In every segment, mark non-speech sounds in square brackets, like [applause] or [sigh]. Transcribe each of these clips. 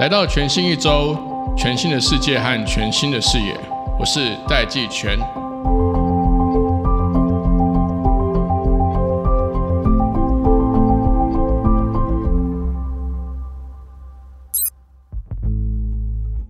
来到全新一周，全新的世界和全新的视野，我是戴季全。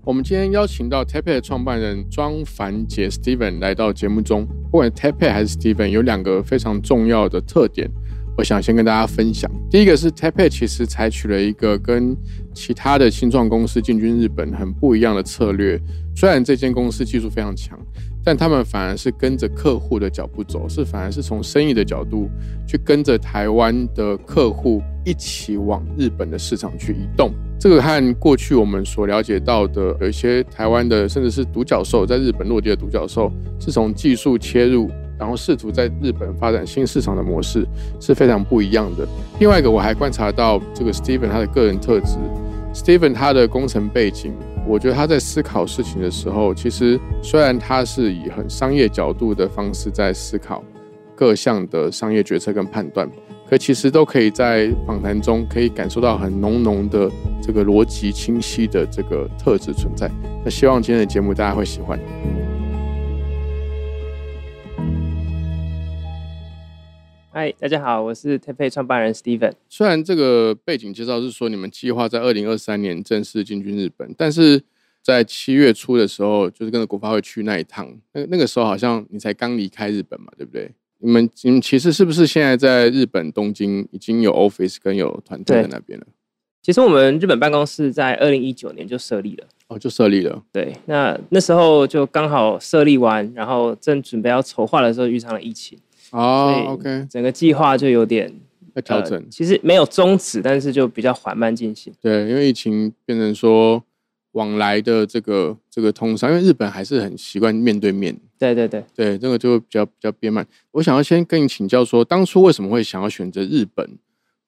我们今天邀请到 t a p a y 创办人庄凡杰 Steven 来到节目中。不管 t a p a y 还是 Steven，有两个非常重要的特点，我想先跟大家分享。第一个是 t a p a y 其实采取了一个跟其他的新创公司进军日本很不一样的策略。虽然这间公司技术非常强，但他们反而是跟着客户的脚步走，是反而是从生意的角度去跟着台湾的客户一起往日本的市场去移动。这个和过去我们所了解到的有一些台湾的，甚至是独角兽在日本落地的独角兽，是从技术切入，然后试图在日本发展新市场的模式是非常不一样的。另外一个，我还观察到这个 Steven 他的个人特质，Steven 他的工程背景，我觉得他在思考事情的时候，其实虽然他是以很商业角度的方式在思考各项的商业决策跟判断。可其实都可以在访谈中可以感受到很浓浓的这个逻辑清晰的这个特质存在。那希望今天的节目大家会喜欢。嗨，大家好，我是 t a p e 创办人 Steven。虽然这个背景介绍是说你们计划在二零二三年正式进军日本，但是在七月初的时候，就是跟着国发会去那一趟，那那个时候好像你才刚离开日本嘛，对不对？你们你们其实是不是现在在日本东京已经有 office 跟有团队在那边了？其实我们日本办公室在二零一九年就设立了，哦，就设立了。对，那那时候就刚好设立完，然后正准备要筹划的时候遇上了疫情，哦所以，OK，整个计划就有点要调整。呃其实没有终止，但是就比较缓慢进行。对，因为疫情变成说往来的这个这个通商，因为日本还是很习惯面对面，对对对，对这个就会比较比较憋慢。我想要先跟你请教说，当初为什么会想要选择日本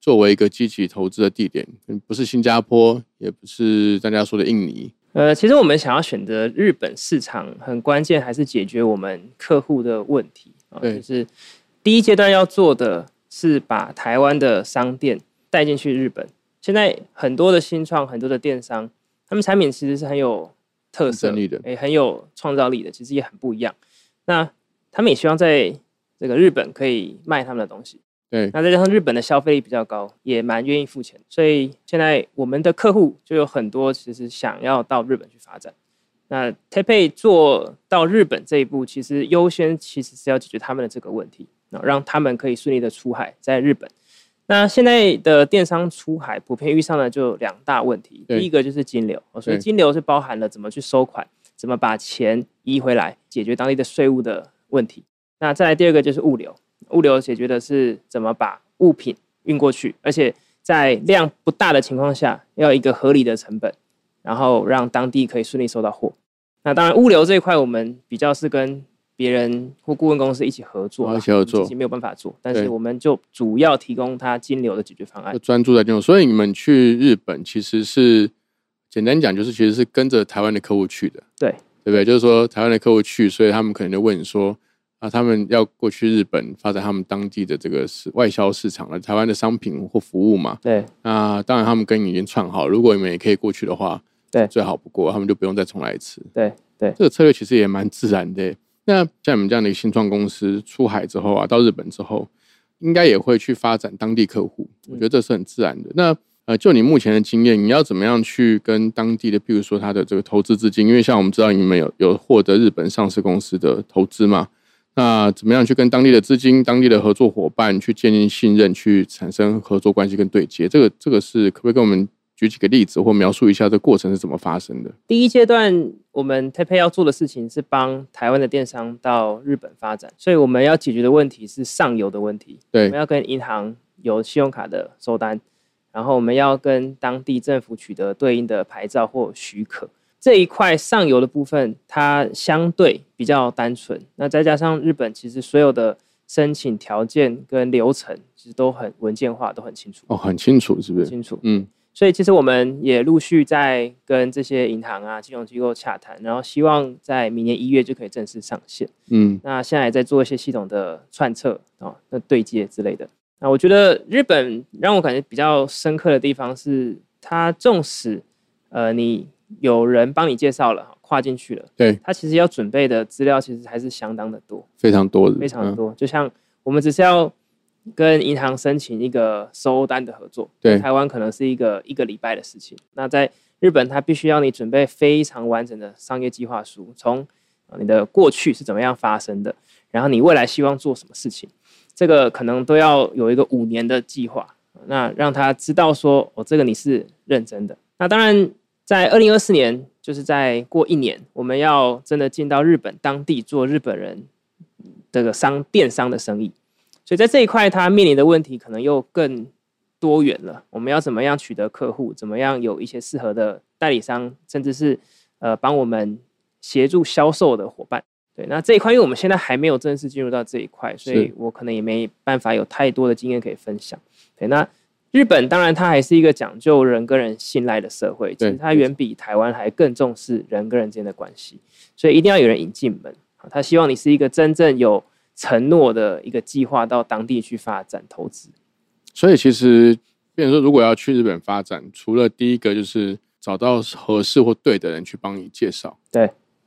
作为一个积极投资的地点？嗯不是新加坡，也不是大家说的印尼。呃，其实我们想要选择日本市场，很关键还是解决我们客户的问题啊，对就是第一阶段要做的是把台湾的商店带进去日本。现在很多的新创，很多的电商，他们产品其实是很有特色竞争力的也很有创造力的，其实也很不一样。那他们也希望在这个日本可以卖他们的东西，对那再加上日本的消费力比较高，也蛮愿意付钱，所以现在我们的客户就有很多其实想要到日本去发展。那 t a p e 做到日本这一步，其实优先其实是要解决他们的这个问题，啊，让他们可以顺利的出海在日本。那现在的电商出海普遍遇上的就有两大问题，对第一个就是金流，哦所以对金流是包含了怎么去收款，怎么把钱移回来，解决当地的税务的问题。那再来第二个就是物流，物流解决的是怎么把物品运过去，而且在量不大的情况下，要一个合理的成本，然后让当地可以顺利收到货。那当然，物流这一块我们比较是跟别人或顾问公司一起合作啦，哦一起合作我们自己没有办法做，但对呃是我们就主要提供它金流的解决方案就。专注在这种。所以你们去日本其实是简单讲，就是其实是跟着台湾的客户去的，对对不对？就是说台湾的客户去，所以他们可能就问你说啊，他们要过去日本发展他们当地的这个市外销市场了，台湾的商品或服务嘛。对那当然他们跟你已经串好，如果你们也可以过去的话，对最好不过，他们就不用再重来一次。对对，这个策略其实也蛮自然的耶。那像你们这样的一个新创公司出海之后啊，到日本之后，应该也会去发展当地客户，嗯我觉得这是很自然的。那呃，就你目前的经验，你要怎么样去跟当地的，譬如说他的这个投资资金，因为像我们知道你们有有获得日本上市公司的投资嘛，那怎么样去跟当地的资金、当地的合作伙伴去建立信任，去产生合作关系跟对接？这个这个是可不可以跟我们举几个例子，或描述一下这个过程是怎么发生的？第一阶段，我们 t a p e 要做的事情是帮台湾的电商到日本发展，所以我们要解决的问题是上游的问题。我对们要跟银行有信用卡的收单，然后我们要跟当地政府取得对应的牌照或许可。这一块上游的部分，它相对比较单纯。那再加上日本其实所有的申请条件跟流程，其实都很文件化，都很清楚，哦，很清楚，是不很是？清楚。嗯。所以其实我们也陆续在跟这些银行啊、金融机构洽谈，然后希望在明年一月就可以正式上线。嗯那现在也在做一些系统的串测啊、哦那对接之类的。那我觉得日本让我感觉比较深刻的地方是，它纵使呃你有人帮你介绍了，跨进去了，对，它其实要准备的资料其实还是相当的多，非常多的，非常嗯多。就像我们只是要跟银行申请一个收单的合作，对台湾可能是一个一个礼拜的事情。那在日本，它必须要你准备非常完整的商业计划书，从呃你的过去是怎么样发生的，然后你未来希望做什么事情，这个可能都要有一个五年的计划，那让他知道说，哦，这个你是认真的。那当然，在二零二四年，就是在过一年，我们要真的进到日本当地做日本人这个商电商的生意，所以在这一块，他面临的问题可能又更多元了。我们要怎么样取得客户？怎么样有一些适合的代理商，甚至是呃帮我们协助销售的伙伴？对，那这一块，因为我们现在还没有正式进入到这一块，所以是我可能也没办法有太多的经验可以分享。对，那日本当然它还是一个讲究人跟人信赖的社会，其对实它远比台湾还更重视人跟人之间的关系，所以一定要有人引进门。啊他希望你是一个真正有承诺的一个计划到当地去发展投资。所以其实，变成说，如果要去日本发展，除了第一个就是找到合适或对的人去帮你介绍，对。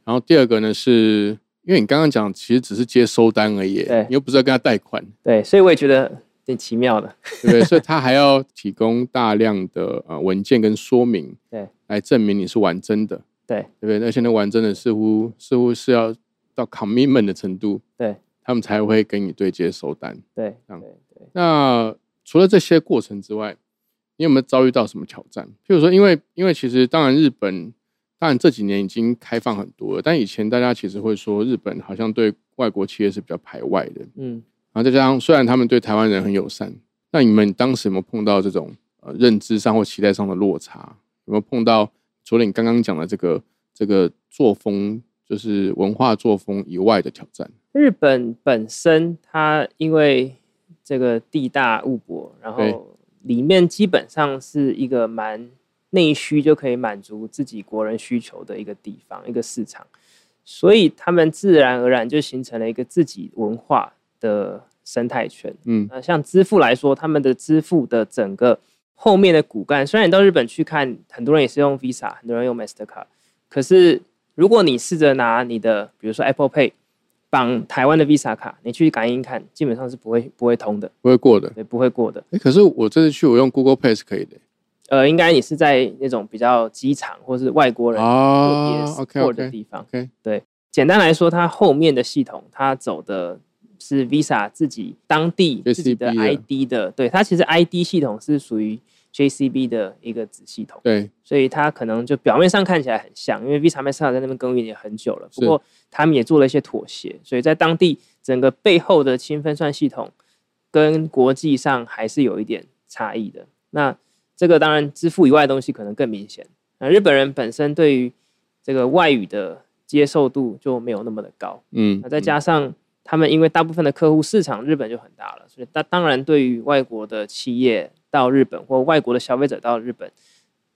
然后第二个呢，是因为你刚刚讲，其实只是接收单而已对，你又不是要跟他贷款，对，所以我也觉得挺奇妙的。对不对？所以他还要提供大量的呃文件跟说明，对，来证明你是玩真的，对对不对？那现在玩真的似乎似乎是要到 commitment 的程度，对，他们才会跟你对接收单。对这对样对，那除了这些过程之外，你有没有遭遇到什么挑战？譬如说，因为因为其实当然日本，当然这几年已经开放很多了，但以前大家其实会说日本好像对外国企业是比较排外的，嗯，然后再加上虽然他们对台湾人很友善，那你们当时有没有碰到这种呃认知上或期待上的落差？有没有碰到除了你刚刚讲的这个这个作风，就是文化作风以外的挑战？日本本身它因为这个地大物博，然对后里面基本上是一个蛮内需就可以满足自己国人需求的一个地方，一个市场，所以他们自然而然就形成了一个自己文化的生态圈。嗯，呃，像支付来说，他们的支付的整个后面的骨干，虽然你到日本去看，很多人也是用 Visa，很多人用 Mastercard，可是如果你试着拿你的，比如说 Apple Pay 绑台湾的 Visa 卡，你去感应看，基本上是不会不会通的，不会过的。对，不会过的。哎、可是我这次去我用 Google Pay 是可以的、呃，应该你是在那种比较机场或是外国人特别啊 s ，OK u 的 OK 地方。 OK，简单来说，它后面的系统，它走的是 Visa 自己当地 JCB 自己的 ID 的，对它其实 ID 系统是属于 JCB 的一个子系统，对，所以它可能就表面上看起来很像，因为 Visa、Master 在那边耕耘也很久了，不是过他们也做了一些妥协，所以在当地整个背后的清分算系统跟国际上还是有一点差异的。那这个当然支付以外的东西可能更明显。那日本人本身对于这个外语的接受度就没有那么的高，嗯，那再加上他们因为大部分的客户市场日本就很大了，所以当当然对于外国的企业到日本或外国的消费者到日本，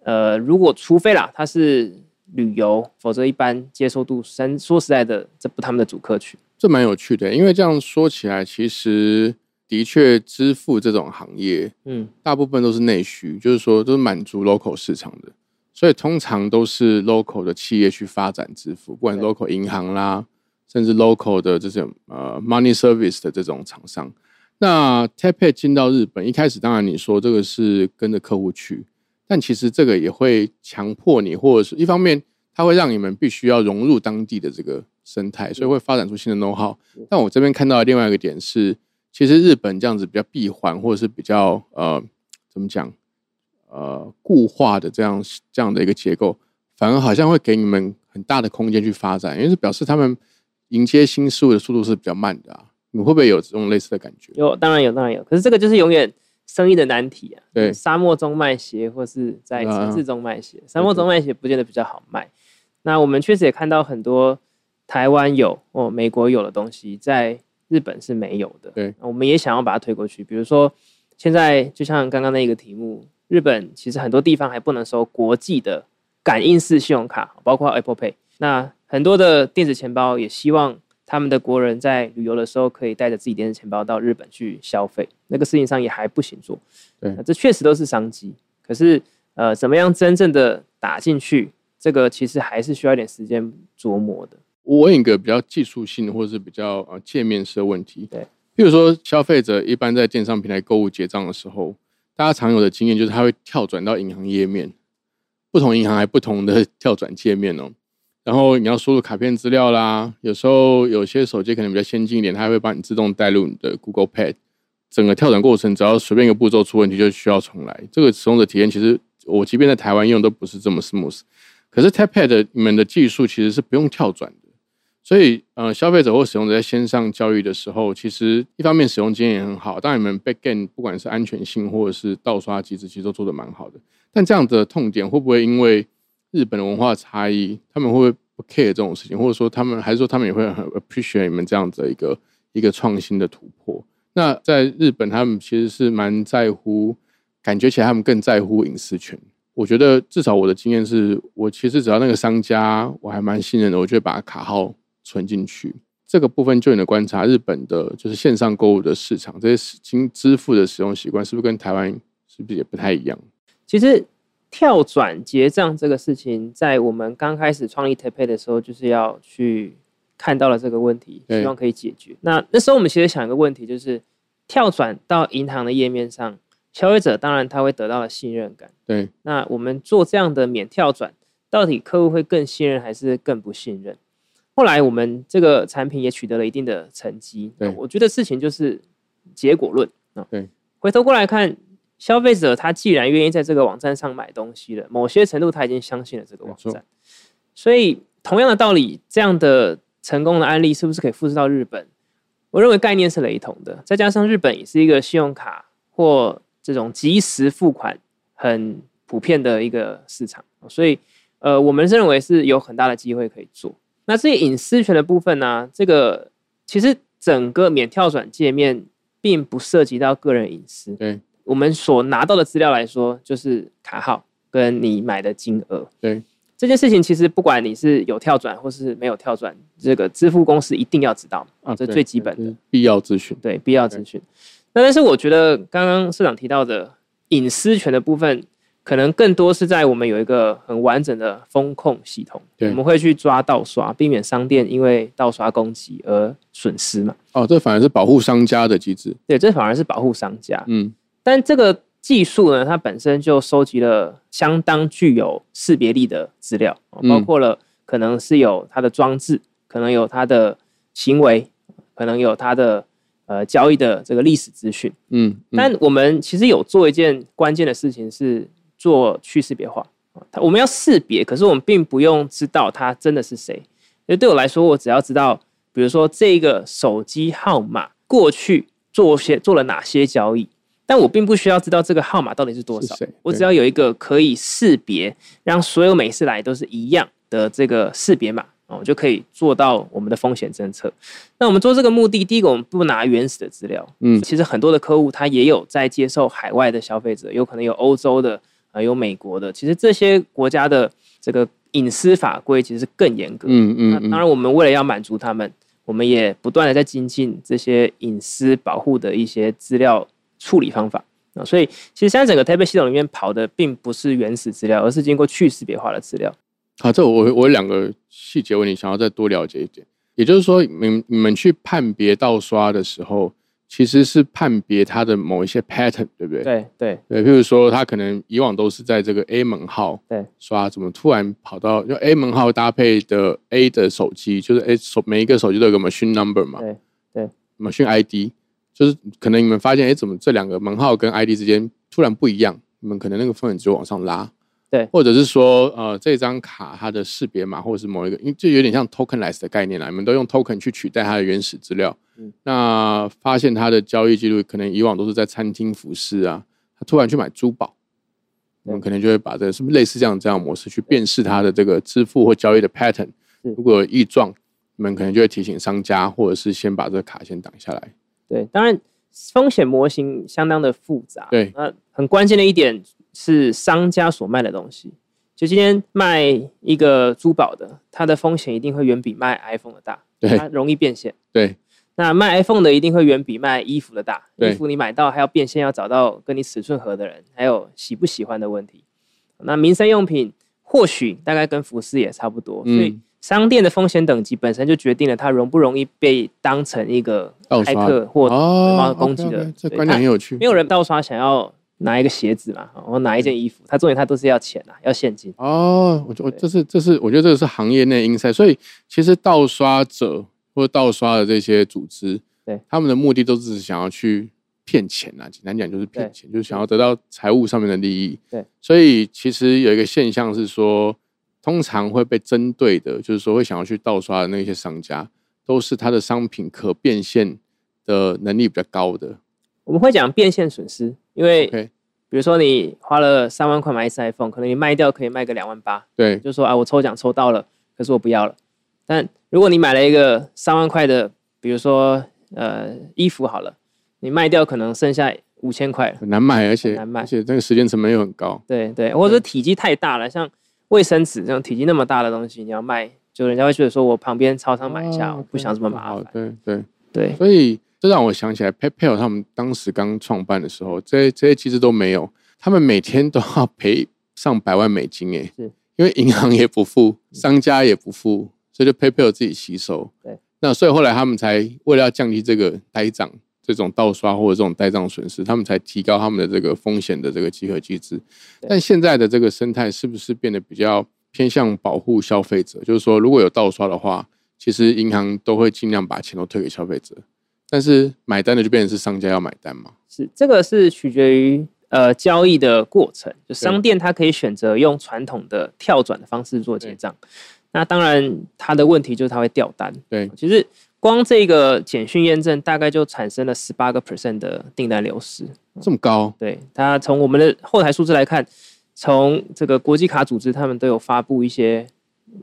呃，如果除非啦他是旅游，否则一般接受度，三说实在的，这不他们的主客群。这蛮有趣的，因为这样说起来，其实的确支付这种行业嗯，大部分都是内需，就是说都是满足 local 市场的，所以通常都是 local 的企业去发展支付，不管是对 local 银行啦，甚至 local 的这种呃 money service 的这种厂商。那 TapPay 进到日本，一开始当然你说这个是跟着客户去，但其实这个也会强迫你，或者是一方面它会让你们必须要融入当地的这个生态，所以会发展出新的 know how。但我这边看到的另外一个点是，其实日本这样子比较闭环，或者是比较呃怎么讲呃固化的这样这样的一个结构，反而好像会给你们很大的空间去发展，因为是表示他们迎接新事物的速度是比较慢的啊。你会不会有这种类似的感觉？有当然有，当然有，可是这个就是永远生意的难题啊。对沙漠中卖鞋，或是在嗯城市中卖鞋，沙漠中卖鞋不见得比较好卖。那我们确实也看到很多台湾有哦，美国有的东西，在日本是没有的。对，我们也想要把它推过去。比如说，现在就像刚刚那个题目，日本其实很多地方还不能收国际的感应式信用卡，包括 Apple Pay。那很多的电子钱包也希望他们的国人在旅游的时候可以带着自己电子钱包到日本去消费，那个事情上也还不行做。对那这确实都是商机。可是，呃，怎么样真正的打进去，这个其实还是需要一点时间琢磨的。我问一个比较技术性或是比较呃界面式的问题。对，譬如说消费者一般在电商平台购物结账的时候，大家常有的经验就是他会跳转到银行页面，不同银行还不同的跳转界面哦。然后你要输入卡片资料啦，有时候有些手机可能比较先进一点，它会帮你自动带入你的 Google Pad。整个跳转过程，只要随便一个步骤出问题，就需要重来。这个使用者体验其实我即便在台湾用都不是这么 smooth。可是 Tap Pad 的你们的技术其实是不用跳转的，所以呃，消费者或使用者在线上教育的时候，其实一方面使用经验也很好，当然你们 backend 不管是安全性或者是盗刷机制，其实都做得蛮好的。但这样的痛点会不会因为日本的文化差异，他们会不会不 care 这种事情，或者说他们还是说他们也会很 appreciate 你们这样子的一个一个创新的突破？那在日本，他们其实是蛮在乎，感觉起来他们更在乎隐私权。我觉得至少我的经验是，我其实只要那个商家我还蛮信任的，我就会把卡号存进去。这个部分，就你的观察，日本的就是线上购物的市场，这些经支付的使用习惯，是不是跟台湾是不是也不太一样？其实跳转结账这个事情，在我们刚开始创立 t a p a 的时候，就是要去看到了这个问题，对希望可以解决。那那时候我们其实想一个问题，就是跳转到银行的页面上，消费者当然他会得到了信任感。对，那我们做这样的免跳转，到底客户会更信任还是更不信任？后来我们这个产品也取得了一定的成绩。对我觉得事情就是结果论啊。对，回头过来看，消费者他既然愿意在这个网站上买东西了，某些程度他已经相信了这个网没站错。所以同样的道理，这样的成功的案例是不是可以复制到日本？我认为概念是雷同的，再加上日本也是一个信用卡或这种即时付款很普遍的一个市场，所以呃，我们认为是有很大的机会可以做。那至于隐私权的部分呢、这个其实整个免跳转界面并不涉及到个人隐私，对，我们所拿到的资料来说，就是卡号跟你买的金额。对这件事情，其实不管你是有跳转或是没有跳转，这个支付公司一定要知道啊，这对最基本的这是必要资讯。对必要资讯。那但是我觉得刚刚社长提到的隐私权的部分，可能更多是在我们有一个很完整的风控系统，对我们会去抓盗刷，避免商店因为盗刷攻击而损失嘛。哦，这反而是保护商家的机制。对，这反而是保护商家。嗯，但这个技术呢，它本身就收集了相当具有识别力的资料，哦嗯包括了可能是有它的装置，可能有它的行为，可能有它的呃交易的这个历史资讯。嗯，嗯但我们其实有做一件关键的事情，是做去识别化。啊它我们要识别，可是我们并不用知道他真的是谁。因为对我来说，我只要知道，比如说这个手机号码过去做些做了哪些交易，但我并不需要知道这个号码到底是多是少谁。我只对要有一个可以识别，让所有每次来都是一样的这个识别码。哦，我就可以做到我们的风险侦测。那我们做这个目的，第一个我们不拿原始的资料，嗯其实很多的客户他也有在接受海外的消费者，有可能有欧洲的，啊、有美国的，其实这些国家的这个隐私法规其实是更严格的。嗯嗯那啊当嗯，然，我们为了要满足他们，我们也不断的在精进这些隐私保护的一些资料处理方法啊。所以，其实现在整个 t a b 系统里面跑的并不是原始资料，而是经过去识别化的资料。好，这我我有两个细节问题想要再多了解一点，也就是说，你们你们去判别盗刷的时候，其实是判别它的某一些 pattern，对不对？对对对，譬如说他可能以往都是在这个 A 门号对刷，怎么突然跑到就 A 门号搭配的 A 的手机，就是 A 手每一个手机都有个 machine number 嘛，对对，machine ID，就是可能你们发现，哎，怎么这两个门号跟 ID 之间突然不一样？你们可能那个风险只有往上拉，对或者是说，呃，这张卡它的识别码或者是某一个，因为这有点像 tokenize 的概念啦，你们都用 token 去取代它的原始资料，嗯那发现它的交易记录可能以往都是在餐厅、服饰啊，他突然去买珠宝，我们可能就会把这是不是类似这样这样的模式去辨识它的这个支付或交易的 pattern。是如果有异状，你们可能就会提醒商家，或者是先把这个卡先挡下来。对，当然风险模型相当的复杂。对那很关键的一点是商家所卖的东西。就今天卖一个珠宝的，它的风险一定会远比卖 iPhone 的大。对它容易变现。对那卖 iPhone 的一定会远比卖衣服的大，对衣服你买到还要变现，要找到跟你尺寸合的人，还有喜不喜欢的问题。那民生用品或许大概跟服饰也差不多，嗯所以商店的风险等级本身就决定了它容不容易被当成一个盗骇刷客或猫哦，攻击的 OK，OK，这对观它点很有趣。没有人盗刷想要拿一个鞋子嘛，或拿一件衣服，他重点他都是要钱啊，要现金。哦，我觉我对这是这是我觉得这个是行业内 inside，所以其实盗刷者或者盗刷的这些组织，对他们的目的都只是想要去骗钱啊，简单讲就是骗对钱，就是想要得到财务上面的利益。对，所以其实有一个现象是说，通常会被针对的，就是说会想要去盗刷的那些商家，都是他的商品可变现的能力比较高的。我们会讲变现损失，因为 OK，比如说你花了三万块买一次 iPhone，可能你卖掉可以卖个两万八，对就说啊，我抽奖抽到了，可是我不要了。但如果你买了一个三万块的，比如说呃衣服好了，你卖掉可能剩下五千块了。很难买，而且很难买而且这个时间成本又很高。对对，或者说体积太大了，像卫生纸这种体积那么大的东西，你要卖，就人家会觉得说我旁边超商买一下，哦我不想这么麻好烦。对对。对所以这让我想起来，PayPal 他们当时刚创办的时候，这些这些机制都没有，他们每天都要赔上百万美金诶，是嗯因为银行也不付，商家也不付，所以就 PayPal 自己吸收。对，那所以后来他们才为了要降低这个呆账、这种盗刷或者这种呆账损失，他们才提高他们的这个风险的这个集合机制。对但现在的这个生态是不是变得比较偏向保护消费者？就是说，如果有盗刷的话，其实银行都会尽量把钱都退给消费者，但是买单的就变成是商家要买单嘛。是这个是取决于呃交易的过程，就商店它可以选择用传统的跳转的方式做结账。那当然，它的问题就是它会掉单。对，其实光这个简讯验证大概就产生了十八个 percent 的订单流失。这么高，对，它从我们的后台数字来看，从这个国际卡组织他们都有发布一些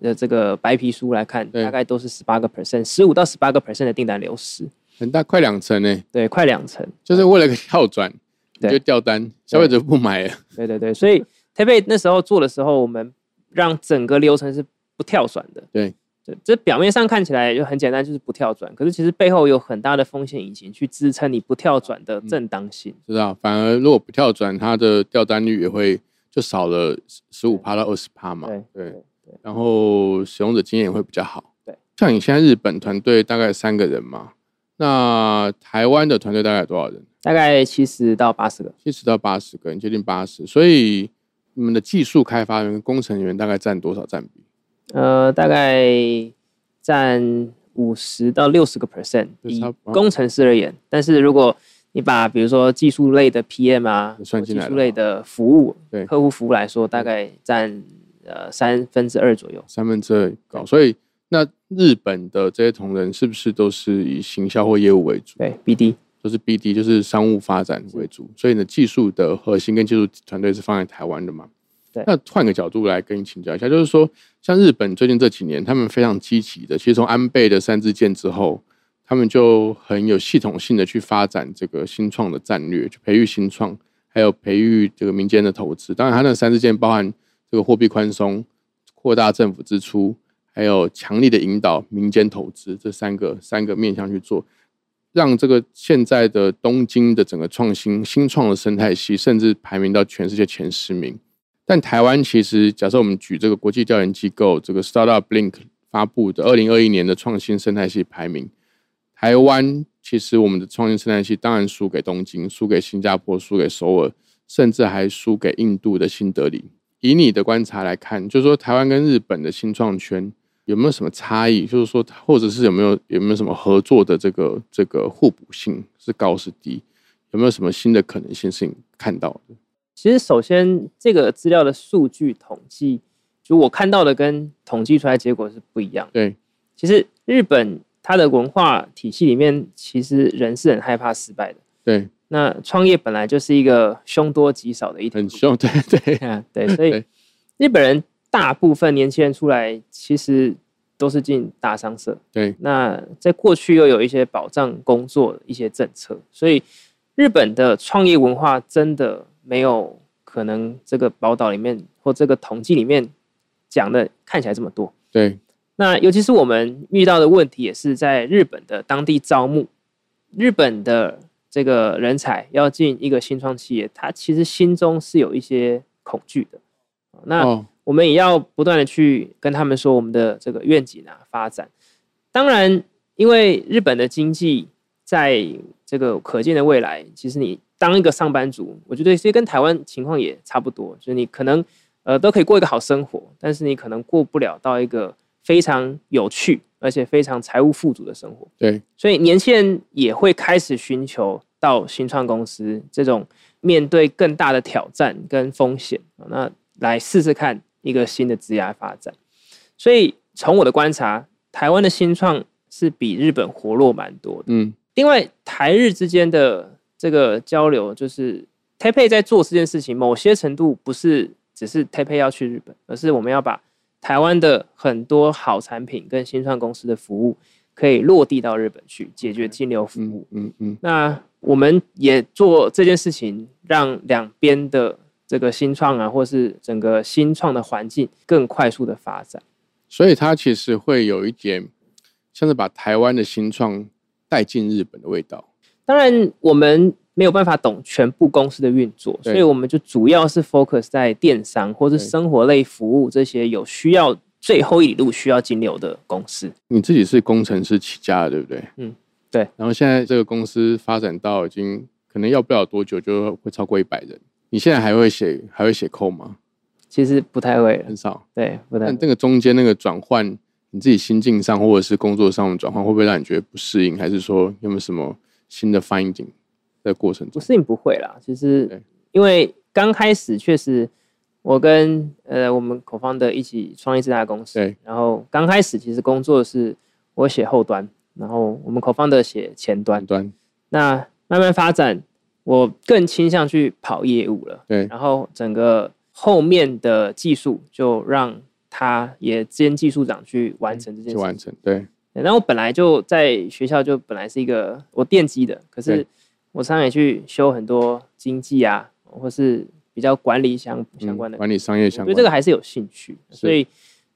呃这个白皮书来看，对大概都是十八个 percent，十五到十八个 percent 的订单流失，很大，快两成呢，对，快两成。就是为了个跳转，你嗯对就掉单，消费者不买了。对对对，所以 t a p e 那时候做的时候，我们让整个流程是不跳转的。对对，这表面上看起来就很简单，就是不跳转，可是其实背后有很大的风险引擎去支撑你不跳转嗯的正当性。知道，反而如果不跳转，它的掉单率也会就少了十五趴到二十趴嘛。对对对，然后使用者经验也会比较好。对，像你现在日本团队大概三个人嘛，那台湾的团队大概有多少人？大概七十到八十个，七十到八十个人，接近八十。所以你们的技术开发人员、工程人员大概占多少占比？呃，大概占五十到六十个 percent，就以差不多工程师而言。但是如果你把比如说技术类的 PM 啊，也算或进技来术了类的服务，对客户服务来说，大概占呃三分之二左右。三分之二高。所以那日本的这些同仁是不是都是以行销或业务为主？对，BD 都是 BD，就是商务发展为主，所以你的技术的核心跟技术团队是放在台湾的嘛？对那换个角度来跟你请教一下，就是说，像日本最近这几年，他们非常积极的，其实从安倍的三支箭之后，他们就很有系统性的去发展这个新创的战略，去培育新创，还有培育这个民间的投资。当然，他那三支箭包含这个货币宽松、扩大政府支出，还有强力的引导民间投资这三个三个面向去做。让这个现在的东京的整个创新新创的生态系，甚至排名到全世界前十名。但台湾其实，假设我们举这个国际调研机构这个 Startup Link 发布的二零二一年的创新生态系排名，台湾其实我们的创新生态系当然输给东京、输给新加坡、输给首尔，甚至还输给印度的新德里。以你的观察来看，就是说台湾跟日本的新创圈有没有什么差异？就是说，或者是有没有有没有什么合作的这个这个互补性是高是低？有没有什么新的可能性是你看到的？其实首先这个资料的数据统计，就我看到的跟统计出来的结果是不一样的。对，其实日本它的文化体系里面，其实人是很害怕失败的。对，那创业本来就是一个凶多吉少的一条很路，啊凶， [laughs] 对对对，所以对日本人大部分年轻人出来，其实都是进大商社。对，那在过去又有一些保障工作的一些政策，所以日本的创业文化真的没有可能这个报道里面或这个统计里面讲的看起来这么多。对，那尤其是我们遇到的问题，也是在日本的当地招募，日本的这个人才要进一个新创企业，他其实心中是有一些恐惧的。那哦，我们也要不断的去跟他们说我们的这个愿景啊发展。当然，因为日本的经济在这个可见的未来，其实你当一个上班族，我觉得其实跟台湾情况也差不多，就是你可能呃都可以过一个好生活，但是你可能过不了到一个非常有趣而且非常财务富足的生活。对，所以年轻人也会开始寻求到新创公司这种面对更大的挑战跟风险，哦那来试试看一个新的职业发展。所以从我的观察，台湾的新创是比日本活络蛮多的。嗯，另外，台日之间的这个交流，就是 Taipei 在做这件事情，某些程度不是只是 Taipei 要去日本，而是我们要把台湾的很多好产品跟新创公司的服务，可以落地到日本去解决金流服务嗯。嗯嗯，那我们也做这件事情，让两边的这个新创啊，或是整个新创的环境更快速的发展。所以它其实会有一点像是把台湾的新创带进日本的味道。当然，我们没有办法懂全部公司的运作，对所以我们就主要是 focus 在电商或是对生活类服务这些有需要最后一里路需要金流的公司。你自己是工程师起家的，对不对？嗯，对。然后现在这个公司发展到已经可能要不了多久就会超过一百人。你现在还会写还会写 code 吗？其实不太会了，嗯很少。对，不太但会这个中间那个转换，你自己心境上或者是工作上的转换，会不会让你觉得不适应？还是说有没有什么新的 finding 在过程不中？是你不会啦，其对实因为刚开始确实，我跟呃我们口方的一起创立这家公司对，然后刚开始其实工作是我写后端，然后我们口方的写前端短，端那慢慢发展，我更倾向去跑业务了。对然后整个后面的技术就让他也兼技术长去完成这嗯件去事完情。成，对对然后我本来就在学校就本来是一个我电机的，可是对我常常也去修很多经济啊，或是比较管理相相关的嗯、管理商业相我关对这个还是有兴趣，是所以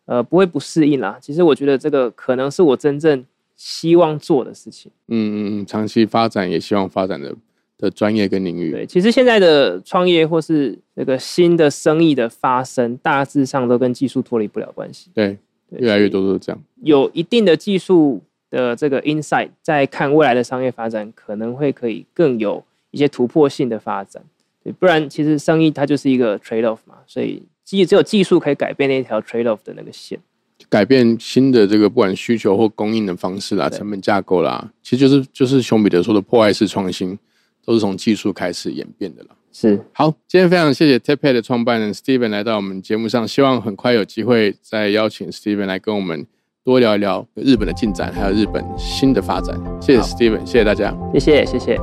呃不会不适应啦。其实我觉得这个可能是我真正希望做的事情。嗯嗯嗯，长期发展也希望发展的的专业跟领域，对，其实现在的创业或是这个新的生意的发生，大致上都跟技术脱离不了关系。对，对越来越，多都是这样，所以有一定的技术的这个 insight，在看未来的商业发展，可能会可以更有一些突破性的发展。对，不然其实生意它就是一个 trade off 嘛，所以技只有技术可以改变那条 trade off 的那个线。就改变新的这个不管需求或供应的方式啦，对成本架构啦，其实就是就是熊彼得说的破坏式创新，都是从技术开始演变的啦。是，好，今天非常谢谢 TapPay 的创办人 Steven 来到我们节目上，希望很快有机会再邀请 Steven 来跟我们多聊一聊日本的进展，还有日本新的发展。谢谢好 Steven，谢谢大家。谢谢，谢谢。